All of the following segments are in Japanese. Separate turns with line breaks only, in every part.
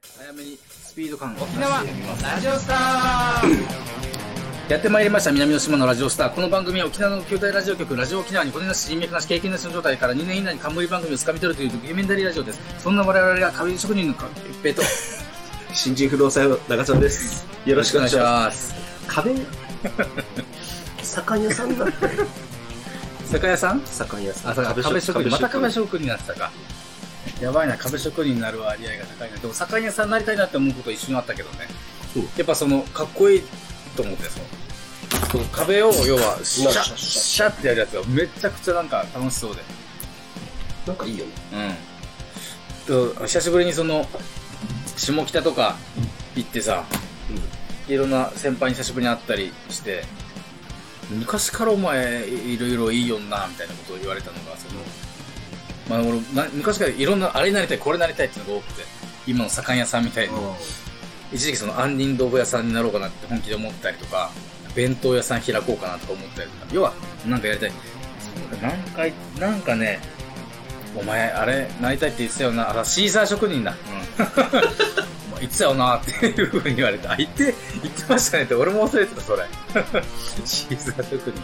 早めにスピード感沖縄ラジオスターやってまいりました南の島のラジオスターこの番組は沖縄の兄弟ラジオ局ラジオ沖縄に骨なし人脈なし経験なしの状態から2年以内に冠番組をつかみ取るというドキュメンタリーラジオですそんな我々が壁職人の一平と
新人不動産屋の中ちゃんです。よろしくお願いしま
す
す。壁酒屋さんだったよ。
酒屋さん
酒屋さ
あ
ん。
そうか壁職人また壁
職
職人になってたかやばいな壁職人になる割合が高いなでも酒屋さんになりたいなって思うこと一瞬あったけどね
うん
やっぱそのかっこいいと思ってそのその壁を要はシャ
なるほ
ッ
ど
シャッってやるやつがめちゃくちゃなんか楽しそうで
なんかいいよね。
うんと久しぶりにその下北とか行ってさいろんな先輩に久しぶりに会ったりして昔からお前いろいろいいよなみたいなことを言われたのがその、まあ、俺な昔からいろんなあれになりたいこれになりたいっていうのが多くて今の左官屋さんみたいに一時期その杏仁豆腐屋さんになろうかなって本気で思ったりとか弁当屋さん開こうかなとか思ったりとか要はなんかやりたいそうだなんかなんかねお前あれなりたいって言ってたよなあシーザー職人だ、 お前言ってたよなっていうふうに言われてあ言って言ってましたねって俺も忘れてたそれ シーザー職人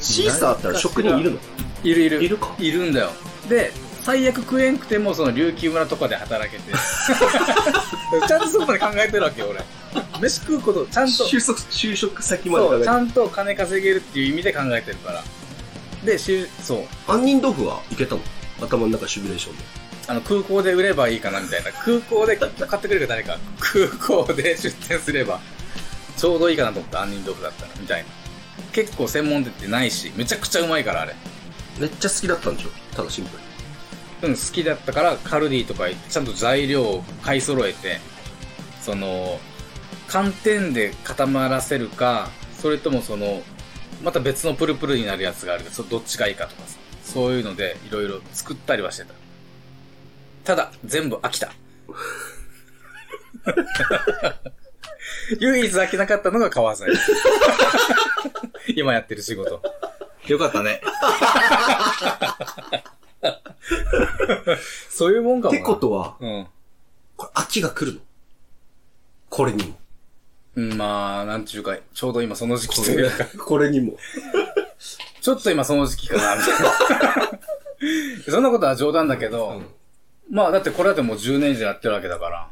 シーサーったら職人いるの
いるいる
いるか
いるんだよで最悪食えんくてもその琉球村とかで働けて ちゃんとそこまで考えてるわけよ俺 飯食うことちゃんと
就職、就職先まで考
そ
え
う
て
ち。ゃんと金稼げるっていう意味で考えてるからでしゅそう
杏仁豆腐はいけたの頭の中シミュレーションで。
あの空港で売ればいいかなみたいな空港で買ってくれるか誰か空港で出店すればちょうどいいかなと思った杏仁豆腐だったらみたいな結構専門店ってないしめちゃくちゃうまいからあれ
めっちゃ好きだったんでしょただシンプルに。
うん、好きだったからカルディとか行ってちゃんと材料を買い揃えてその寒天で固まらせるかそれともそのまた別のプルプルになるやつがあるけどそどっちがいいかとかさそういうのでいろいろ作ったりはしてたただ全部飽きた唯一飽きなかったのが川崎今やってる仕事よかったねそういうもんかもな
ってことは、
うん
これ秋が来るのこれに も。
うんまあ、なんちゅうか、ちょうど今その時期というか、
これにも。
ちょっと今その時期かな、みたい な。そんなことは冗談だけど、まあだってこれだってもう10年以上やってるわけだから、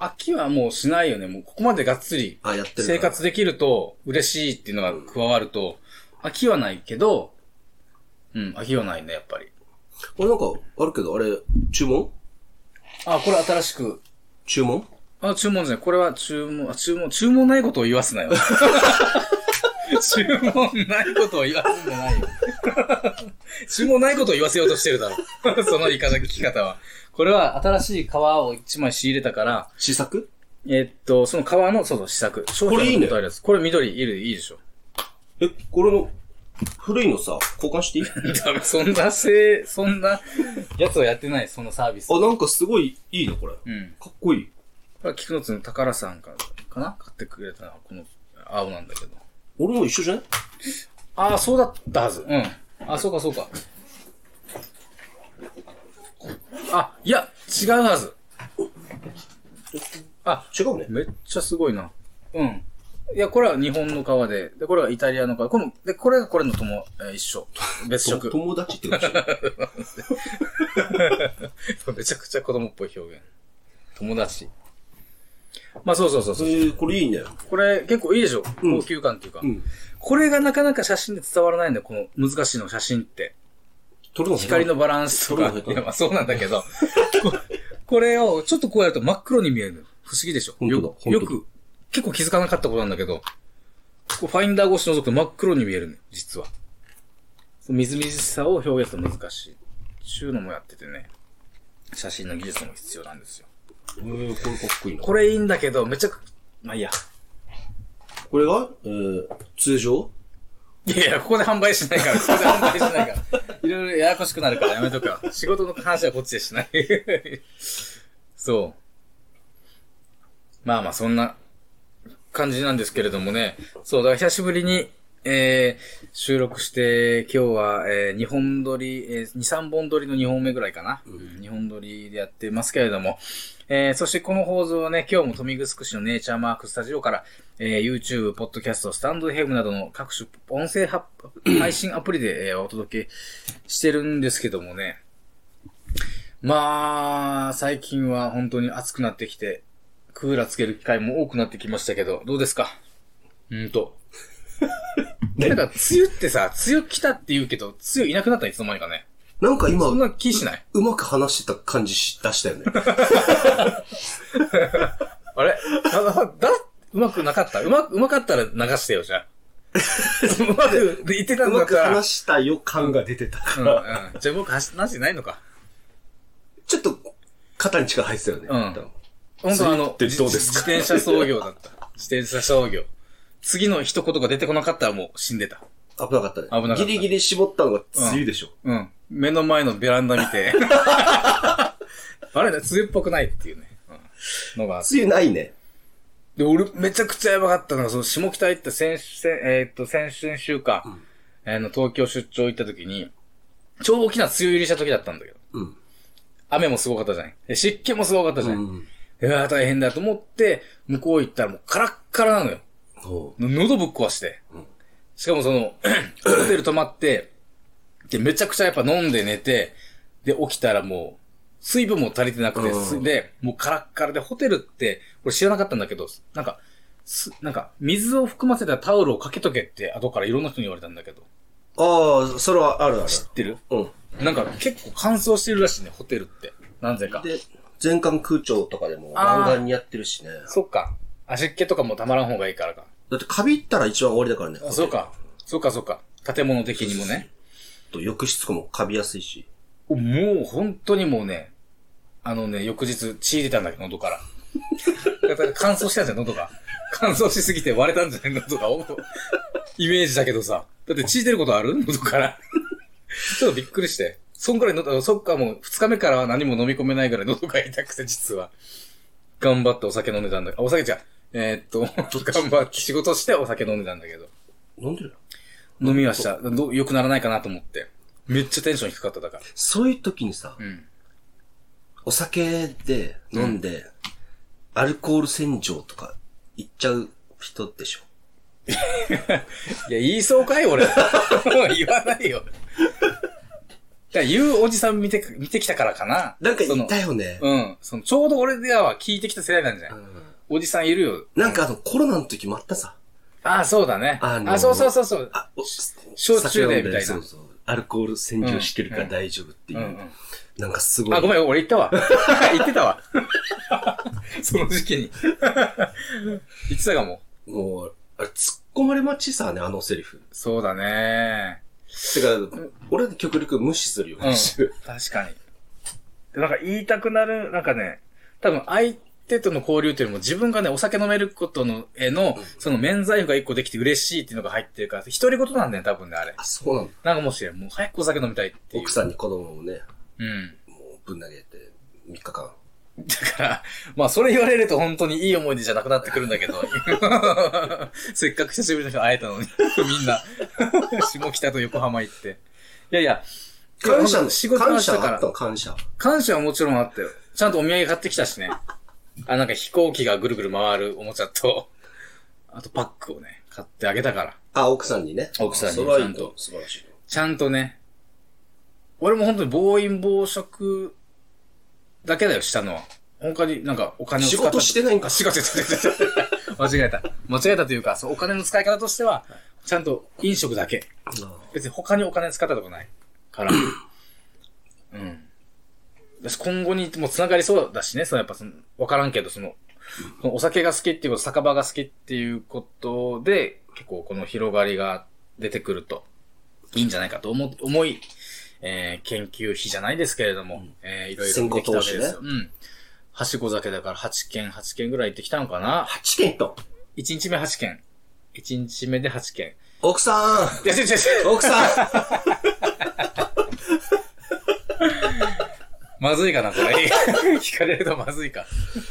秋はもうしないよね。もうここまでがっつり
あ、やってる。
生活。できると嬉しいっていうのが加わると、秋はないけど、うん、秋はないね、やっぱり。
俺なんか、あるけど、あれ、注文
あ、これ新しく
注文
あ、注文じゃない。これは注文、あ、注文、注文ないことを言わす なよ。注文ないことを言わすんじゃないよ。 注文ないことを言わせよう としてるだろ。その言い方、聞き方は。これは新しい皮を一枚仕入れたから、
試作
えっと、その皮の、そうそう、試作。商品
これいい
の
ね
ことあるやつこれ緑、いる、いいでしょ。
え、これの、古いのさ、交換していい
ダメ、そんなせい、そんな、やつをやってない、そのサービス。
あ、なんかすごいいいな、これ。か
うん。
っこいい。
これは菊野津の宝さんからかな買ってくれたのはこの青なんだけど。
俺も一緒じゃない
ああ、そうだったはず。うん。あ、そうか、そうか。あ、いや、違うはず。あ、
違うね。
めっちゃすごいな。うん。いや、これは日本の革で、で、これはイタリアの革。この、で、これがこれのとも、えー一緒。別色
と。友達って感 じ。
めちゃくちゃ子供っぽい表現。友達。まあ、そうそうそう
え
そう。
ー、これいいね。
これ、結構いいでしょ
うん
高級感っていうか、
うん。
これがなかなか写真で伝わらないんだよ、この難しいの写真って。
撮るの
光のバランスとか、
それも
いやまあそうなんだけど、こ これをちょっとこうやると真っ黒に見えるのよ。不思議でしょ
本当だ
よ
本当だ
よく、結構気づかなかったことなんだけど、こうファインダー越し覗くと真っ黒に見えるのよ、実は。そのみずみずしさを表現すると難しい。ちゅうのもやっててね、写真の技術も必要なんですよ。
えー、これかっこいいな。
これいいんだけど、めちゃく、まあいいや。
これが、えー、通常
いやいや、ここで販売しないから、ここで販売しないから。いろいろややこしくなるからやめとくわ。仕事の話はこっちでしない。そう。まあまあ、そんな感じなんですけれどもね。そう、だから久しぶりに、えー収録して、今日は、え2本撮り、え2、3本撮りの2本目ぐらいかな。
うん
2本撮りでやってますけれども、えーそしてこの放送はね、今日も豊見城市のネイチャーマークスタジオから、えー YouTube、ポッドキャスト、スタンドヘムなどの各種音声は配信アプリで、えーお届けしてるんですけどもね。まあ、最近は本当に暑くなってきて、クーラーつける機会も多くなってきましたけど、どうですかうん と。なんか、梅雨ってさ、梅雨来たって言うけど、梅雨いなくなったいつの間にかね。
なんか今
そん、な気しないう
まく話してた感じし 出したよね。
あれだ、だ、だうまくなかったうまく、うまかったら流してよ、じ ゃあ。うまく、言ってた
うん
だ
ま
った
く
ら。うん、うん。
話した予感が出てたから、
じゃあ僕、話してないのか。
ちょっと、肩に力入ってたよね。
うん本当はあの、
梅雨ってどうですか
じ自転車操業だった。自転車操業。次の一言が出てこなかったらもう死んでた。
危なかったね。
危なかった
ギリギリ絞ったのが梅雨でしょ。
うん。目の前のベランダ見 て。あれだ、梅雨っぽくないっていうね。うん、のがあって
梅雨ないね。
で、俺、めちゃくちゃやばかったのが、その、下北行った先週、先えーっと、先々週か、
ん
えーの、東京出張行った時に、ちょうど大きな梅雨入りした時だったんだけど、
うん。
雨もすごかったじゃないで湿気もすごかったじゃない、い
ん。
やー大変だと思って、向こう行ったらもうカラッカラなのよ。
そ
喉ぶっ壊して
うん。
しかもその、 ホテル泊まって、で、めちゃくちゃやっぱ飲んで寝て、で、起きたらもう、水分も足りてなくて、
うん
すで、もうカラッカラで、ホテルって、俺知らなかったんだけど、なんか、す、なんか、水を含ませたタオルをかけとけって、後からいろんな人に言われたんだけど、
う。ああ、それはあるある。
知ってる
うん。
なんか、結構乾燥してるらしいね、ホテルって。なぜか。
で、全館空調とかでも
あー
ガンガンにやってるしね。
そっか。あ、湿気とかもたまらん方がいいからか。
だってカビったら一番終わりだからね。
あ、そうか。そうか、そうか。建物的にもね。
と浴室とかもカビやすいし。
もう本当にもうね、あのね、翌日血出たんだけど、喉から。 だから乾燥したんじゃん、喉が。乾燥しすぎて割れたんじゃない喉が。おイメージだけどさ。だって血出ることある喉から。ちょっとびっくりして。そんくらい喉、そっかもう二日目からは何も飲み込めないぐらい喉が痛くて、実は。頑張ってお酒飲んでたんだけど、あ、お酒じゃん。えーっと、頑張って仕事してお酒飲んでたんだけど。
飲んでるの
飲みはした。どう良くならないかなと思って。めっちゃテンション低かっただから。
そういう時にさ、
うん。
お酒で飲んで、アルコール洗浄とか行っちゃう人でしょ。
いや、言いそうかい俺。 言わないよ。だから言うおじさん見て、見てきたからかな。
なんか
そ
い
の
た、よね。
うん。その、ちょうど俺らは聞いてきた世代なんじゃない、
うん
おじさんいるよ。
なんかあのコロナの時もあったさ。
ああ、そうだね。
あのー
あ、そうそうそうそう。
あ、お
焼酎で
酒飲ん
みたいな
そうそう。アルコール洗浄してるから大丈夫っていう。
うんうん
なんかすごい。
あ、ごめん、俺言ったわ。 言ってたわ。 その時期に。 言ってたかも。
もう、あれ突っ込まれ待ちさね、あのセリフ。
そうだね。
てか、俺は極力無視するようにしてる。
確かに。でなんか言いたくなる、なんかね、多分相手との交流というよりも自分がね、お酒飲めることの、への、その免罪符が一個できて嬉しいっていうのが入ってるから、独り言なんだよね、多分ね、あれ。
あ、そうなんだ。
なんかもしれん、もう早くお酒飲みたいっていう。
奥さんに子供をね、
うん。
もうぶん投げて、3日間。
だから、まあそれ言われると本当にいい思い出じゃなくなってくるんだけど、 せっかく久しぶりの人に会えたのに、み んな、下北と横浜行って。いやいや、
感謝の、
仕事の
感
明日
謝
から
あったの、感謝。
感謝はもちろんあったよ。ちゃんとお土産買ってきたしね。あ、なんか飛行機がぐるぐる回るおもちゃと、あとパックをね、買ってあげたから。
あ、奥さんにね。
奥さんに
それはいい
ちゃん
と
と。
素晴らしい。
ちゃんとね、俺も本当に暴飲暴食だけだよ、したのは。他になんかお金を使った
仕事してないんか
あ仕事してない。 間違えた。間違えたというか、そう、お金の使い方としては、ちゃんと飲食だけ。別に他にお金使ったとこないから。うん。だし、今後にもつながりそうだしね、そのやっぱその、わからんけど、その、そのお酒が好きっていうこと、酒場が好きっていうことで、結構この広がりが出てくると、いいんじゃないかと思、思い、えー研究費じゃないですけれども、えーいろいろ見てきたわけですよ。うん。はしご酒だから8件、8件ぐらい行ってきたのかな
8件と。
?1 日目8件。1日目で8件。
奥さ
いや、違う違う違
ん
う。
奥 さ
まずいかな、これ。 聞かれるとまずいか。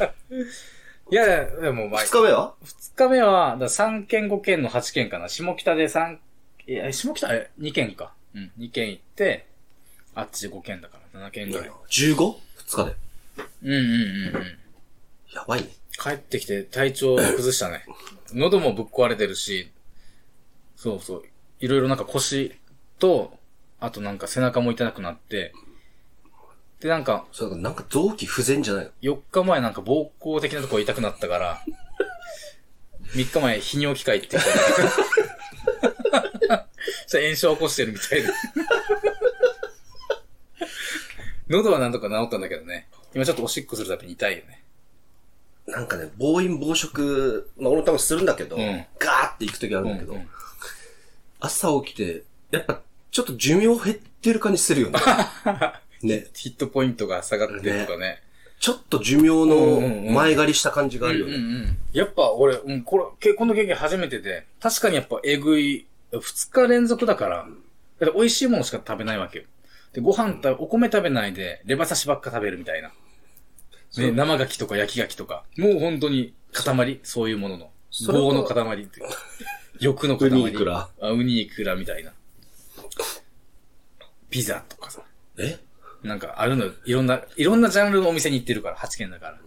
いやいや、でも、ま
ん
あ、
!2 日目は
2日目は、だ3件5件の8件かな。下北で3え、下北は2軒か。うん、2軒行って、あっちで5軒だから、7軒ぐらい。
15?2 日で。
うんうんうんうん。
やばいね。
帰ってきて体調を崩した ね。喉もぶっ壊れてるし、そうそう。いろいろなんか腰と、あとなんか背中も痛くなって、でなんか
そうだからなんか臓器不全じゃないの
4日前なんか膀胱的なとこ痛くなったから、3日前泌尿器科行ってきた。 それ炎症起こしてるみたいで。喉はなんとか治ったんだけどね。今ちょっとおしっこするたびに痛いよね。
なんかね、暴飲暴食、まあ俺も多分するんだけど、
うん
ガーって行くときあるんだけど、
うんうん
朝起きて、やっぱちょっと寿命減ってる感じする よね。ね。
ヒットポイントが下がってるとかね
ちょっと寿命の前借りした感じがあるよ
う
ね。
んうん。やっぱ俺、うん、これ、けこの経験初めてで、確かにやっぱえぐい、二日連続だから、だって美味しいものしか食べないわけよ。で、ご飯た、お米食べないで、レバ刺しばっか食べるみたいな。
そう
ね、生牡蠣とか焼き牡蠣とか。もう本当に、塊、そういうものの。
それと
棒の塊っていう。欲の塊。
ウニイクラ
あ。ウニイクラみたいな。ピザとかさ。
え
なんかあるのよ、いろんな、いろんなジャンルのお店に行ってるから、8軒だから。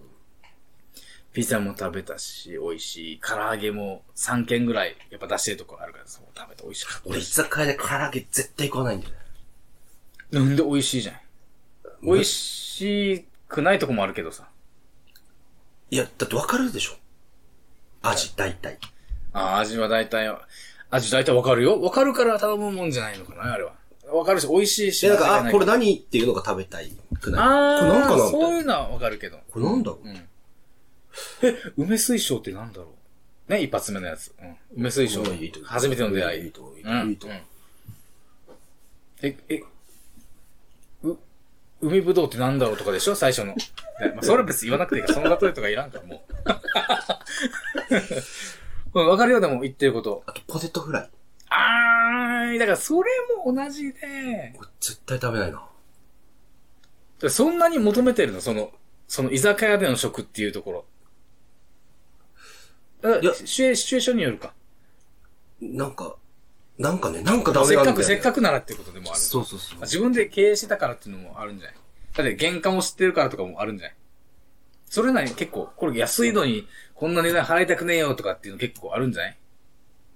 ピザも食べたし、美味しい。唐揚げも3軒ぐらい、やっぱ出してるとこあるから、そう食べて美味しかっ
俺居酒屋で唐揚げ絶対食わないんだよね。
た。なんで美味しいじゃん。美味しくないとこもあるけどさ。
いや、だってわかるでしょ味、大体。
ああ、味は大体、味大体わかるよ。わかるから頼むもんじゃないのかな、あれは。わかるし、美味しいし。
で、なん
間違い
か、
な
あ、
い
これ何っていうのが食べたいくない
あ
これなんかな
あ、
みたい
そう
な
いうのはわかるけど。
これなんだろう、
梅水晶ってなんだろうね、一発目のやつ。うん、梅水晶
いいと思。う
初めての出会い。
いいと思ういいと
う
思うんいいと思う
え、え、う、海ぶどうってなんだろうとかでしょ最初の。ねまあ、それは別に言わなくていいから、その例えとかいらんから、 もう。うん、わかるよ、でも言ってること。
あと、ポテトフライ。
あーい、だからそれも同じで、
これ絶対食べないな。
そんなに求めてるのその、その居酒屋での食っていうところ。あ
いや
シチュエシチュエーションによるか。
なんか、なんかね、なんかダメ
せっ
なんだ
かく、
よ、ね。
せっかくならっていうことでもある。
そうそうそう
まあ。自分で経営してたからっていうのもあるんじゃないだって原価も知ってるからとかもあるんじゃないそれなりに結構、これ安いのにこんな値段払いたくねえよとかっていうの結構あるんじゃない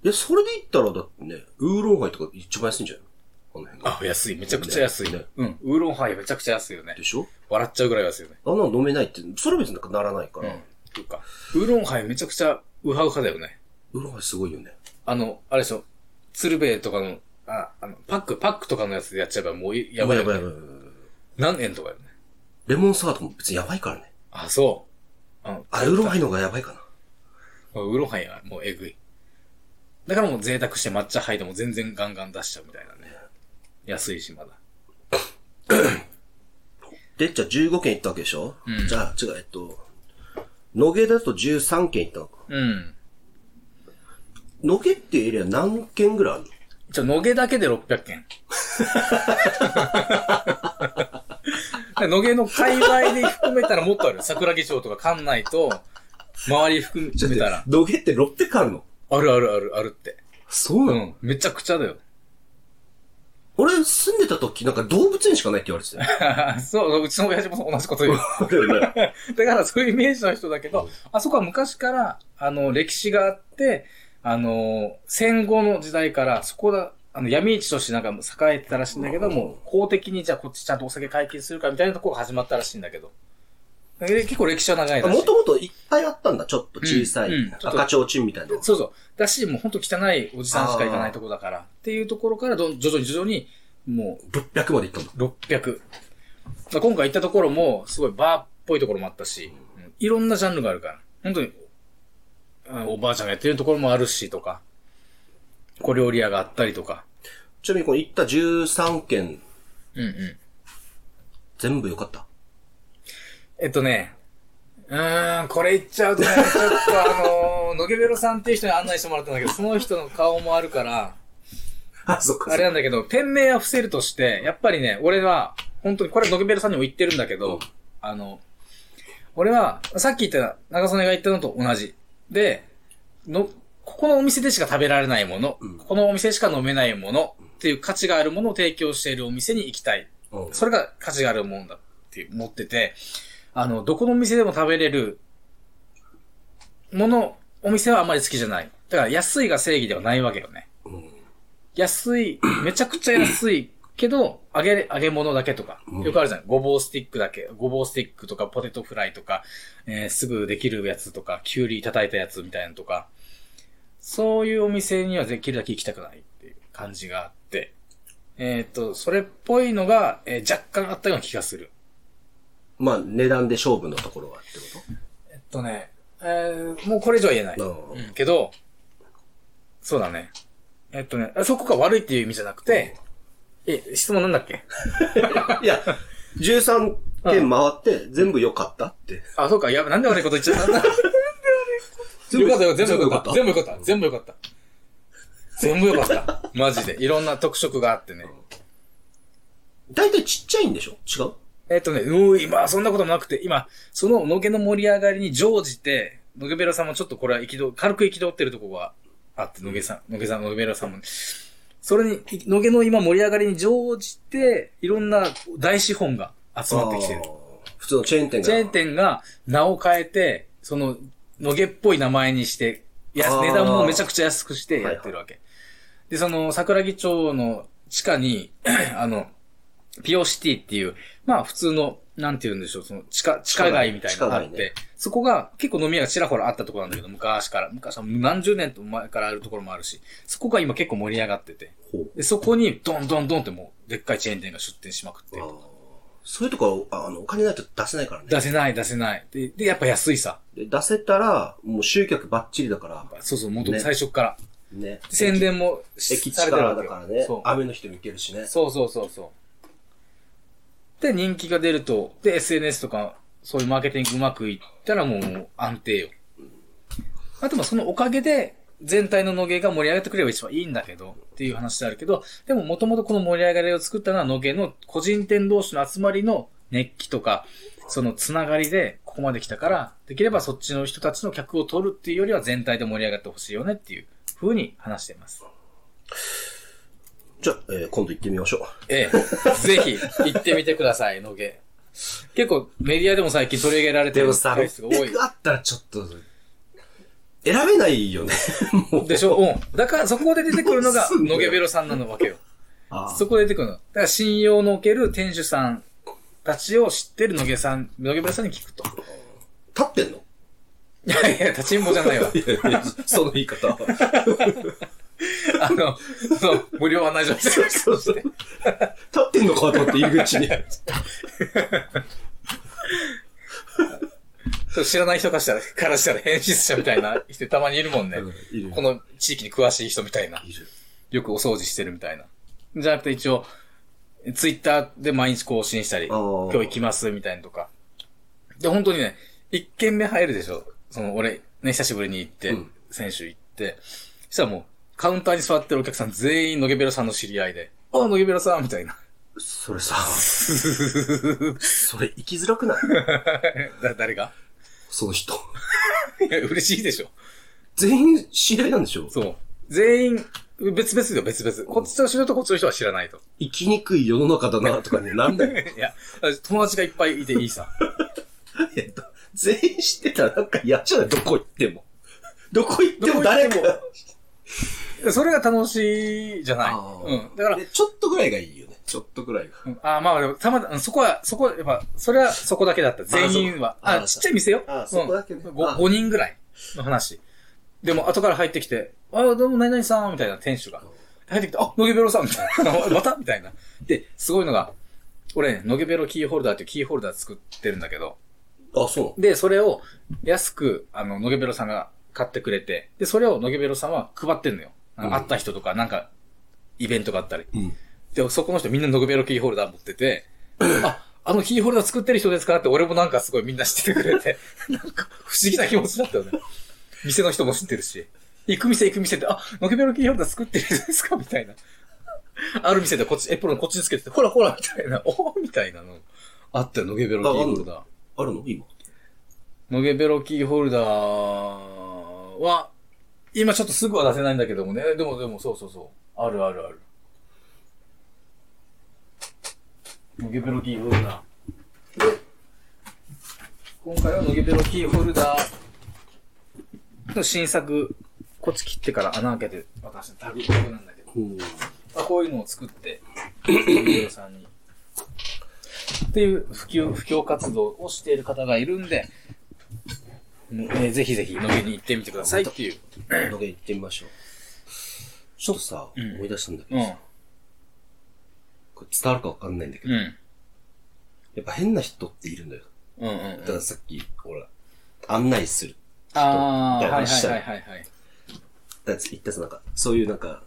え、それで言ったらだってね、ウーロンハイとか一番安いんじゃないこの辺が。
あ、安い。めちゃくちゃ安い。
ね
うん。ウーロンハイめちゃくちゃ安いよね
で。しょ
笑っちゃうぐらい安いよね。
あんなの飲めないって、それは別になんかならないか
う
ら。
ん。というか、ウーロンハイめちゃくちゃウハウハだよね。
ウーロンハイすごいよね。
あの、あれでしょ、鶴瓶とかの、あ、あの、パック、パックとかのやつでやっちゃえばもういやばいよ
や
ね、
ばいやばいやばいやばい。
何円とかよね。
レモンサワーとかも別にやばいからね。
あ、そう。あの
あ、ウーロンハイの方がやばいかな。
もうウーロンハイはもうえぐい。だからもう贅沢して抹茶ハイでも全然ガンガン出しちゃうみたいなね。安いし、まだ。
で、じゃあ15軒行ったわけでしょ、
うん
じゃあ、違う、えっと、野毛だと13軒行ったのか。
うん。
野毛っていうエリア何軒ぐらいあるの
ちょ、野毛だけで600件。野毛の界隈で含めたらもっとある。桜木町とか館内と、周り含めたら。
野毛って600あるの
あるあるあるあるって。
そう
う
なの、
ん。めちゃくちゃだよ。
俺住んでた時なんか動物園しかないって言われてたよ。
そう、うちの親父も同じこと言う。
あれよ ね。
だからそういうイメージの人だけど、あそこは昔から、あの、歴史があって、あの、戦後の時代から、そこだ、あの、闇市としてなんか栄えてたらしいんだけども、公的にじゃあこっちちゃんとお酒解禁するかみたいなところが始まったらしいんだけど。え結構歴史は長いらしい
もともといっぱいあったんだ。ちょっと小さい、
うんうんちょっと
赤ちょうちんみたいな。
そうそう。だし、もう本当汚いおじさんしか行かないとこだから、っていうところからど、徐々に徐々に、も
600まで行ったんだ。
う、600。まあ今回行ったところも、すごいバーっぽいところもあったし、うんいろんなジャンルがあるから。本当に、うんおばあちゃんがやってるところもあるし、とか、小料理屋があったりとか。
ちなみにこの行った13軒、
うんうん。
全部良かった。
えっとね、うーん、これ言っちゃうとね、ちょっとあのー、のげべろさんっていう人に案内してもらったんだけど、その人の顔もあるから、
あ、そっか
あれなんだけど、店名は伏せるとして、やっぱりね、俺は、本当に、これはドケベルさんにも言ってるんだけど、あの、俺は、さっき言った、長曽根が言ったのと同じ。で、の、ここのお店でしか食べられないもの、
うん
ここのお店しか飲めないものっていう価値があるものを提供しているお店に行きたい。
うん
それが価値があるもんだって思ってて、あの、どこのお店でも食べれるもの、お店はあまり好きじゃない。だから安いが正義ではないわけよね。
うん
安い、めちゃくちゃ安いけど、揚げ、揚げ物だけとか、
うん
よくあるじゃん。ごぼうスティックだけ、ごぼうスティックとか、ポテトフライとか、えーすぐできるやつとか、きゅうり叩いたやつみたいなのとか、そういうお店にはできるだけ行きたくないっていう感じがあって、えーっと、それっぽいのが、えー若干あったような気がする。
まあ、値段で勝負のところはってこ
えっとね、えーもうこれ以上は言えない。
と
うんけど、そうだね。えっとね、あそこが悪いっていう意味じゃなくて、え、質問なんだっけ
うん。いや、13件回って全部良かったって。
あ、そうか。やば、なんで悪いこと言っちゃった んだよかったよ、全部よかった。全部よかった。全部よかった。全部よかった。マジで。いろんな特色があってね。
大体ちっちゃいんでしょ違う
えっとね、うー、今、そんなこともなくて、今、その、のげの盛り上がりに乗じて、のげべらさんもちょっとこれは憤、軽く憤ってるとこがあって、のげさん、のげさん、のげべらさんも、それに、いのげの今盛り上がりに乗じて、いろんな大資本が集まってきてる
あ。ー普通のチェーン店が。
チェーン店が名を変えて、その、のげっぽい名前にして、や
あー
値段もめちゃくちゃ安くしてやってるわけ。で、その、桜木町の地下に、 あの、ピオシティっていう、まあ普通の、なんて言うんでしょう、その、地下、地下街みたいなのがあっ
地下
て、
街ね
そこが結構飲み屋がちらほらあったところなんだけど、昔から、昔は何十年と前からあるところもあるし、そこが今結構盛り上がってて、
ほう
でそこにどんどんどんってもう、でっかいチェーン店が出店しまくって
あ、ーそういうとこは、あの、お金ないと出せないからね。
出せない出せない。で、で、やっぱ安いさ。
で出せたら、もう集客バッチリだから、
そうそう、もう
ね
最初から。
ね。
宣伝も
駅
し
地下
されてるわ
だ
け
から
よ
ね
そ。う
雨の日でも行けるしね。
そうそうそうそう。で、人気が出ると、で、SNS とか、そういうマーケティングうまくいったらもう安定よ。あとまあそのおかげで、全体の野毛が盛り上がってくれば一番いいんだけど、っていう話であるけど、でももともとこの盛り上がりを作ったのは野毛の個人店同士の集まりの熱気とか、そのつながりでここまで来たから、できればそっちの人たちの客を取るっていうよりは全体で盛り上がってほしいよねっていう風に話しています。
じゃあ、えー今度行ってみましょう。
ええ、ぜひ、行ってみてください、のげ。結構、メディアでも最近取り上げられて
で
る
も
ケ
さ、
ースが多い
600。あったらちょっと、選べないよね。 もう。
でしょうん。だから、そこで出てくるのが
す、んごい
のげべろさんなのわけよ。
あー
そこで出てくるの。だから、信用のおける店主さんたちを知ってるのげさん、のげべろさんに聞くと。
立ってんの
いやいや、立ちんぼじゃないわ。
いやいやその言い方は。
あの、その、無料案内所みたいな
そうそう。立ってんのかと思って入り 口に。
そう知らない人からしたら、からしたら変質者みたいな人たまにいるもんね。
いる。
この地域に詳しい人みたいな。
いる。
よくお掃除してるみたいな。じゃなくて一応、ツイッターで毎日更新したり、
あー
今日行きますみたいなとか。で、本当にね、一軒目入るでしょ。その、俺、ね、久しぶりに行って、
うん
先週行って、そしたらもう、カウンターに座ってるお客さん全員野毛ベロさんの知り合いで、あ、野毛ベロさんみたいな。
それさ、それ行きづらくない
だ誰が
その人。
いや、嬉しいでしょ。
全員知り合いなんでしょ
そう。全員、別々だよ、別々。こっちの人とこっちの人は知らないと。
生きにくい世の中だなとかね、なんだよ。
いや、友達がいっぱいいていいさ。
えっと全員知ってたらなんか嫌じゃないどこ行っても。どこ行っても誰
ど
も
こ。行それが楽しいじゃない。
あ
う
ー
ん。だから、
でちょっとぐらいがいいよね。ちょっとぐらいが。
うんあーまあでも、たまたま、うんそこは、そこ、やっぱ、それはそこだけだった。全員は。
あ
あ
そうあー
ちっちゃい店よ。
あーそこだけね
うん
あ
ご
ー
5人ぐらいの話。でも、後から入ってきて、あーどうも、何々さん、みたいな店主が。入ってきて、あ、のげべろさん、みたいな。ま たみたいな。で、すごいのが、俺ね、のげべろキーホルダーっていうキーホルダー作ってるんだけど、
あ、そ
で、それを安く、あの、のげべろさんが買ってくれて、で、それをのげべろさんは配ってんのよ。あの
うん
会った人とか、なんか、イベントがあったり。
う。うん。
で、そこの人みんなノグベロキーホルダー持って て、あ、あのキーホルダー作ってる人ですかって俺もなんかすごいみんな知っててくれて、なんか不思議な気持ちだったよね。店の人も知ってるし、行く店行く店で、あ、ノグベロキーホルダー作ってる人ですかみたいな。ある店でこっち、エプロンこっちにつけてて、ほらほらみたいな、おみたいなの。あったよ、ノゲベロキーホルダー。
あるの今。
ノゲベロキーホルダーは、今ちょっとすぐは出せないんだけどもね。でもでも、そうそうそう。あるあるある。のげべろキーホルダー。今回はのげべろキーホルダーの新作、こっち切ってから穴開けて私のタグ、タグなんだけど。
うん。
まあ、こういうのを作って、企業さんに。っていう普及、布教活動をしている方がいるんで、ねえーぜひぜひ、のげに行ってみてくださいっていう。
のげ行ってみましょう。ちょっとさ、
うん
思い出したんだけ
う
ど、
ん。
これ伝わるかわかんないんだけど、
うん。
やっぱ変な人っているんだよ。
うんうん
だ
う
か
ん。
らさっき、ほら、案内する。
ああ、
だか
はい
ら
はいはいはいはい。
だって言ったさ、なんか、そういうなんか、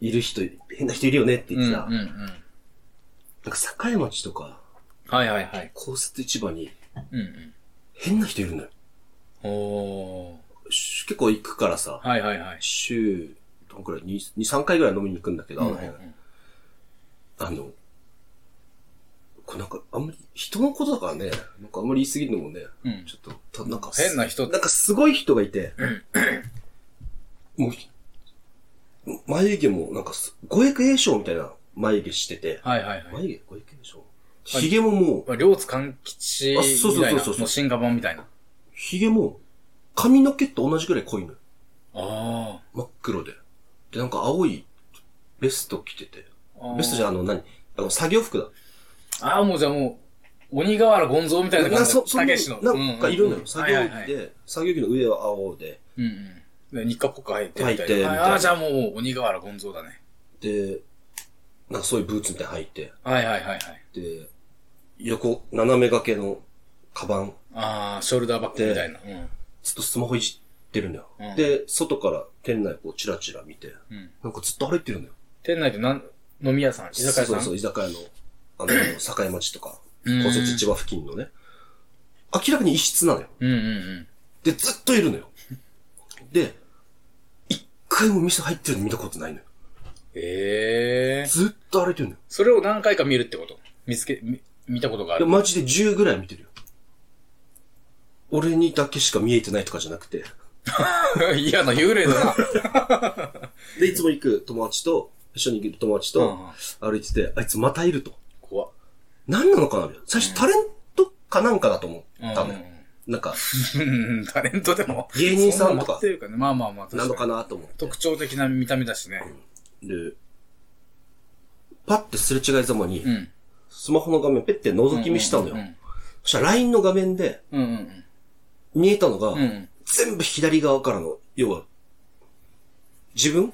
いる人、変な人いるよねって
うん
言
う
って
ん
さ、
う
なん
ん。
か境町とか、
はいはいはい。
公設市場に
うん
変な人いるのよ。
うん。お
し結構行くからさ
ー。、はいはいはい。
週、どんくらい ?2、3回ぐらい飲みに行くんだけど、あの辺あの、これなんか、あんまり、人のことだからね、なんかあんまり言い過ぎるのもね、
うん
ちょっと、たなんか、
変な人
なんかすごい人がいて、もう、眉毛も、なんかす、五役栄翔みたいな眉毛してて、
はいはいはい。
眉毛五役栄翔髭ももう、
まあ、両津勘吉
あそう
み
そう
たい
そう
な、
そうそう
もう進化版みたいな。
髭も、髪の毛と同じぐらい濃いのよ。
あ
真っ黒で。で、なんか青いベスト着てて、
あ。
ベストじゃんあの何、あの、作業服だ。
ああ、もうじゃあもう、鬼瓦ゴンゾーみたいな感じ
そ
で、
そん
た
な
けしの。
なんかいるの
うう
よ。
う
作業
はいはい
着
はい
で、作業着の上は青で、
うんうん。で、日課っぽく入ってみたいな
入ってみたいな
ああ、じゃあもう鬼瓦ゴンゾーだね。
で、なんかそういうブーツみたいなの履いて、
はいはいはいはい。
で、横、斜め掛けのカバン、
ああ、ショルダーバッグみたいな。うん。
ずっとスマホいじってるのよ。
うん
で、外から店内こうチラチラ見て、
うん。
なんかずっと歩いてるのよ。
店内でなん、飲み屋さん、居酒屋さん。
そうそう、居酒屋の、あ の、境町とか、
うん
公設市場付近のね。明らかに異質なのよ。
うんうんうん。
で、ずっといるのよ。で、一回も店入ってるの見たことないのよ。
ええ
ずっと歩いてるのよ。
それを何回か見るってこと見つけ、み見たことがあ
いや、
る。
マジで10ぐらい見てるよ。俺にだけしか見えてないとかじゃなくて。
嫌な幽霊 だな。
で、いつも行く友達と、一緒に行く友達
う
と
んうん
歩いてて、あいつまたいると。
怖っ。
何なのかなみたいな最初タレントかなんかだと思
うんう
ったのよ。
ん
なんか、
うん。タレントでも。
芸人さんとか
そなっていうかね。まあまあまあ、確
なの
か
か
に。
なと思って。
特徴的な見た目だしね。
で、パッてすれ違いざまに
う、ん。
スマホの画面ペッて覗き見したのよ
う。ん
そしたら LINE の画面で
うんうん。
見えたのが
うんう、ん
全部左側からの、要は、自分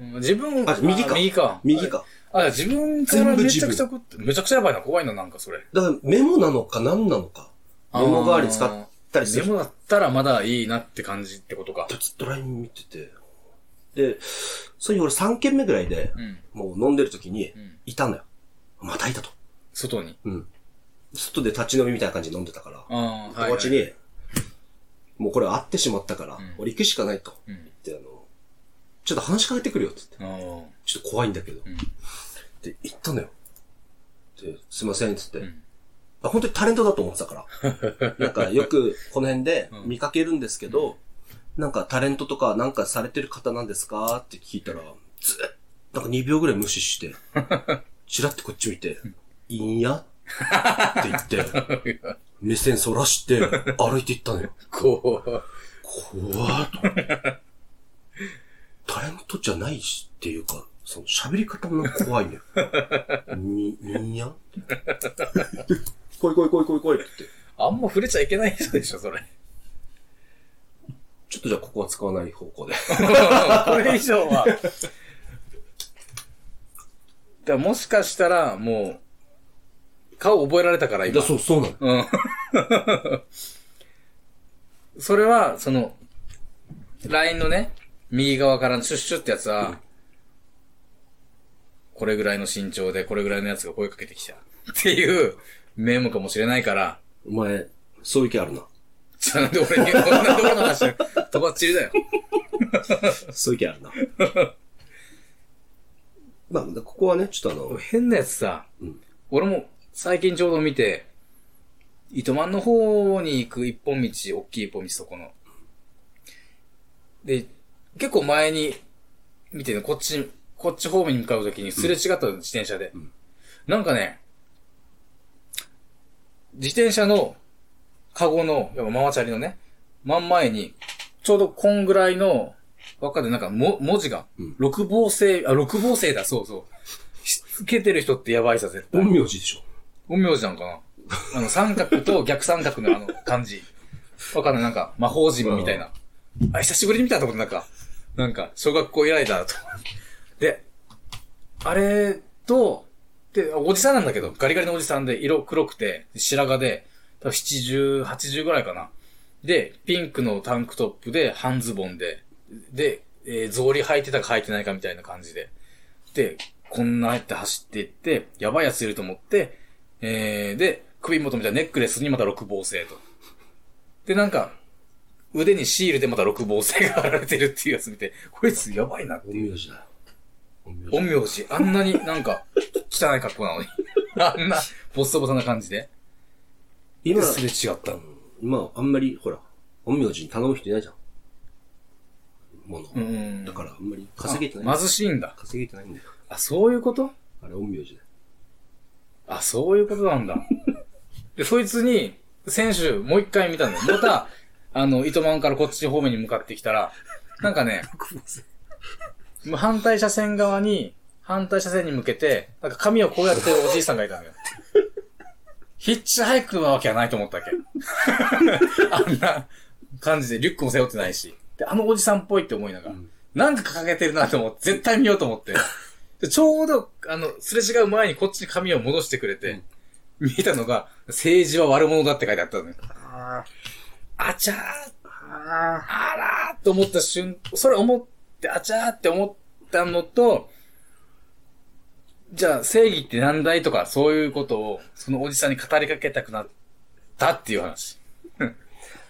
うん。自分、
あ右
あ
か
右か。
右か。
あ、自分からめちゃくちゃ食って、めちゃくちゃやばいな、怖いな、なんかそれ。
だからメモなのか何なのか。メモ代わりに使
あー
ったりす
で
る。
もだったらまだいいなって感じってことか。
ずっと LINE 見てて。で、そういう俺3軒目ぐらいで
う、ん。
もう飲んでる時に
ん、
いたのよ。またいたと。
外に。
うん。外で立ち飲みみたいな感じで飲んでたから、
ああ、はい、
友達
はい。
に、もうこれ会ってしまったから、俺行くしかないと。
うん。
で、あの、ちょっと話しかけてくるよって言って。
あー
ちょっと怖いんだけど。
ん
で、行ったのよ。で、すいません、つって。
ん
あ本当にタレントだと思ってた から。なんかよくこの辺で見かけるんですけど、なんかタレントとかなんかされてる方なんですかって聞いたら、ずっと、なんか2秒ぐらい無 視して、ちらってこっち見て、いいんやって言って、目線そらして歩いていったのよ。
こう。
怖っと。タレントじゃないしっていうか、その喋り方もなんか怖いね。に、にんやん来い来い来い来い来いって言って。
あんま触れちゃいけない人でしょ、それ。
ちょっとじゃあここは使わない方向で。
これ以上は。だからもしかしたら、もう、顔覚えられたから、
いや、
今。
そう、そうなの。
うん。それは、その、LINE のね、右側からのシュッシュってやつは、これぐらいの身長で、これぐらいのやつが声かけてきた。っていう、メモかもしれないから、
お前、そういう気あるな。
ちょなんで俺に、こんなところの話を、とばっちりだよ。
そういう気あるな。まあ、ここはね、ちょっとあの、
変なやつさ、
うん
俺も最近ちょうど見て、糸満の方に行く一本道、大きい一本道、そこの。で、結構前に、見てね、こっち、こっち方面に向かうときにすれ違ったの自転車で、
ん
なんかね、自転車のカゴの、やっぱママチャリのね、真ん前に、ちょうどこんぐらいの、輪っかでなんかも、文字が
うん、
六芒星、あ、六芒星だ、そうそう。しつけてる人ってやばいさ、絶対。
本名字でしょ。
陰陽師なのかなあの、三角と逆三角のあの感じ。わかんない、なんか、魔法陣みたいな。あ、久しぶりに見たと思って、なんか、なんか、小学校以来だと。で、あれと、で、おじさんなんだけど、ガリガリのおじさんで、色黒くて、白髪で、多分70、80ぐらいかな。で、ピンクのタンクトップで、半ズボンで、で、えー、草履履いてたか履いてないかみたいな感じで。で、こんなやって走っていって、やばいやついると思って、えー、で、首元みたいなネックレスにまた六芒星と。で、なんか、腕にシールでまた六芒星が貼られてるっていうやつ見て、こいつやばいなっていう。
本名字だよ。本名字。
陰陽師、あんなになんか、汚い格好なのに。 あんな、ボッサボサな感じで。
今、
すれ違ったの。
今、あんまり、ほら、本名字に頼む人いないじゃん。もの。
うん。
だから、あんまり稼げてない。
あ貧しいんだ。
稼げてないんだよ。
あ、そういうこと
あれ、本名字だよ。
あ、そういうこと なんだ。で、そいつに、先週、もう一回見たの。また、あの、糸満からこっち方面に向かってきたら、なんかね、反対車線側に、反対車線に向けて、なんか髪をこうやってるおじいさんがいたのよ。ヒッチハイクなわけはないと思った っけ。あんな感じでリュックも背負ってないし。で、あのおじさんっぽいって思いながら、なんか掲げてるなと思って、絶対見ようと思って。でちょうど、あの、すれ違う前にこっちに髪を戻してくれて、見えたのが、政治は悪者だって書いてあったのね。あちゃーあらーと思った瞬、それ思って、あちゃーって思ったのと、じゃあ正義って何だいとかそういうことを、そのおじさんに語りかけたくなったっていう話。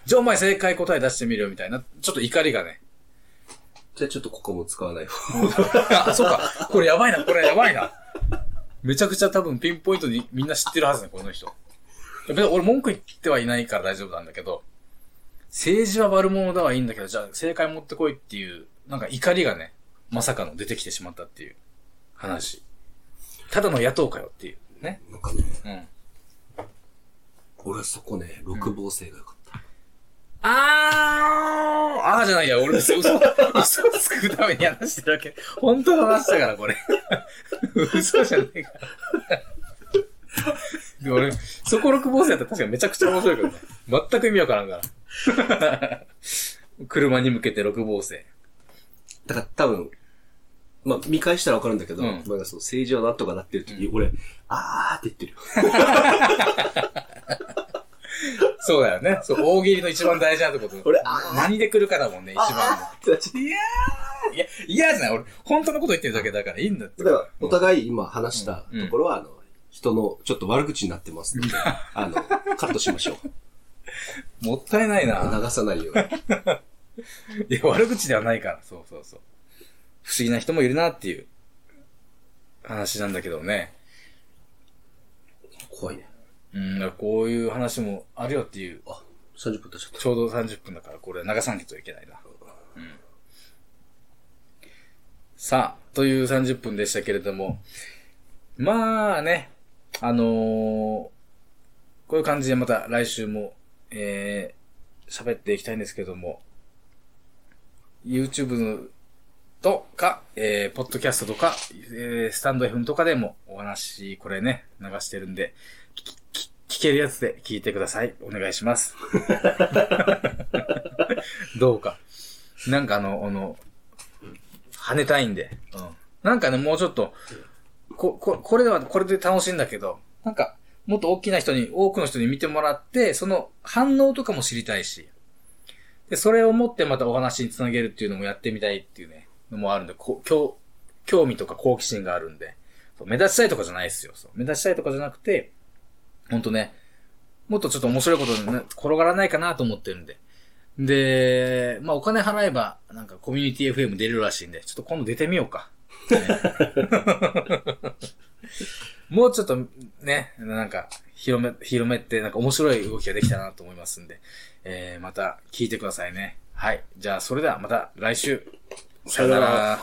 じゃあお前正解答え出してみるよみたいな、ちょっと怒りがね。
じゃあ、ちょっとここも使わない方
あ、そうか。これやばいな、これやばいな。めちゃくちゃ多分ピンポイントにみんな知ってるはずね、この人。別に俺文句言ってはいないから大丈夫なんだけど、政治は悪者だはいいんだけど、じゃあ正解持ってこいっていう、なんか怒りがね、まさかの出てきてしまったっていう話。ただの野党かよっていう。ね。
なんかね、
うん。
俺そこね、六芒星がよかった。
あーあーじゃないや、俺嘘、嘘、嘘つくために話してるわけ。本当の話だから、これ。 嘘じゃねえから。で、俺、そこ六坊主やったら確かにめちゃくちゃ面白いけどね。全く意味わからんから。 車に向けて六坊主。
だから多分、まあ、見返したらわかるんだけど、
うん
なんかその政治はなんとかなってる時、俺、あーって言ってるよ。
そうだよね。そう、大喜利の一番大事なところ。
俺あー
何で来るかだもんね、一 番
あーってなっちゃって
の。いやーいや、嫌じゃない。俺、本当のこと言ってるだけだからいいんだって。
だから、お互い今話したところは、あの、人のちょっと悪口になってます ので、あの、カットしましょう。
もったいないな。
流さないように。
いや、悪 口ではないから。そうそうそう。不思議な人もいるなっていう話なんだけどね。
怖いね。
うん、だからこういう話もあるよっていう。
あ、30分経っちゃった。
ちょうど30分だからこれ流さなきゃいけないな。うん。さあ、という30分でしたけれども。まあね、あのーこういう感じでまた来週も、えー、喋っていきたいんですけども、YouTube とか、えー、ポッドキャストとか、えー、スタンド FM とかでもお話、これね、流してるんで、きき聞けるやつで聞いてください。お願いします。 どうか。なんかあの、あの、跳ねたいんで。うん。なんかね、もうちょっと、こ、こ、これでは、これで楽しいんだけど、なんか、もっと大きな人に、多くの人に見てもらって、その反応とかも知りたいし、で、それを持ってまたお話につなげるっていうのもやってみたいっていうね、のもあるんで、こ、興、興味とか好奇心があるんで、そう目立ちたいとかじゃないですよ。そう目立ちたいとかじゃなくて、ほんとね、もっとちょっと面白いことに、ね、転がらないかなと思ってるんで、で、まあ、お金払えば、なんかコミュニティ FM 出れるらしいんで、ちょっと今度出てみようか。 もうちょっとね、なんか、広め、広めって、なんか面白い動きができたなと思いますんで、えー、また聞いてくださいね。はい。じゃあ、それではまた来週。
さよなら。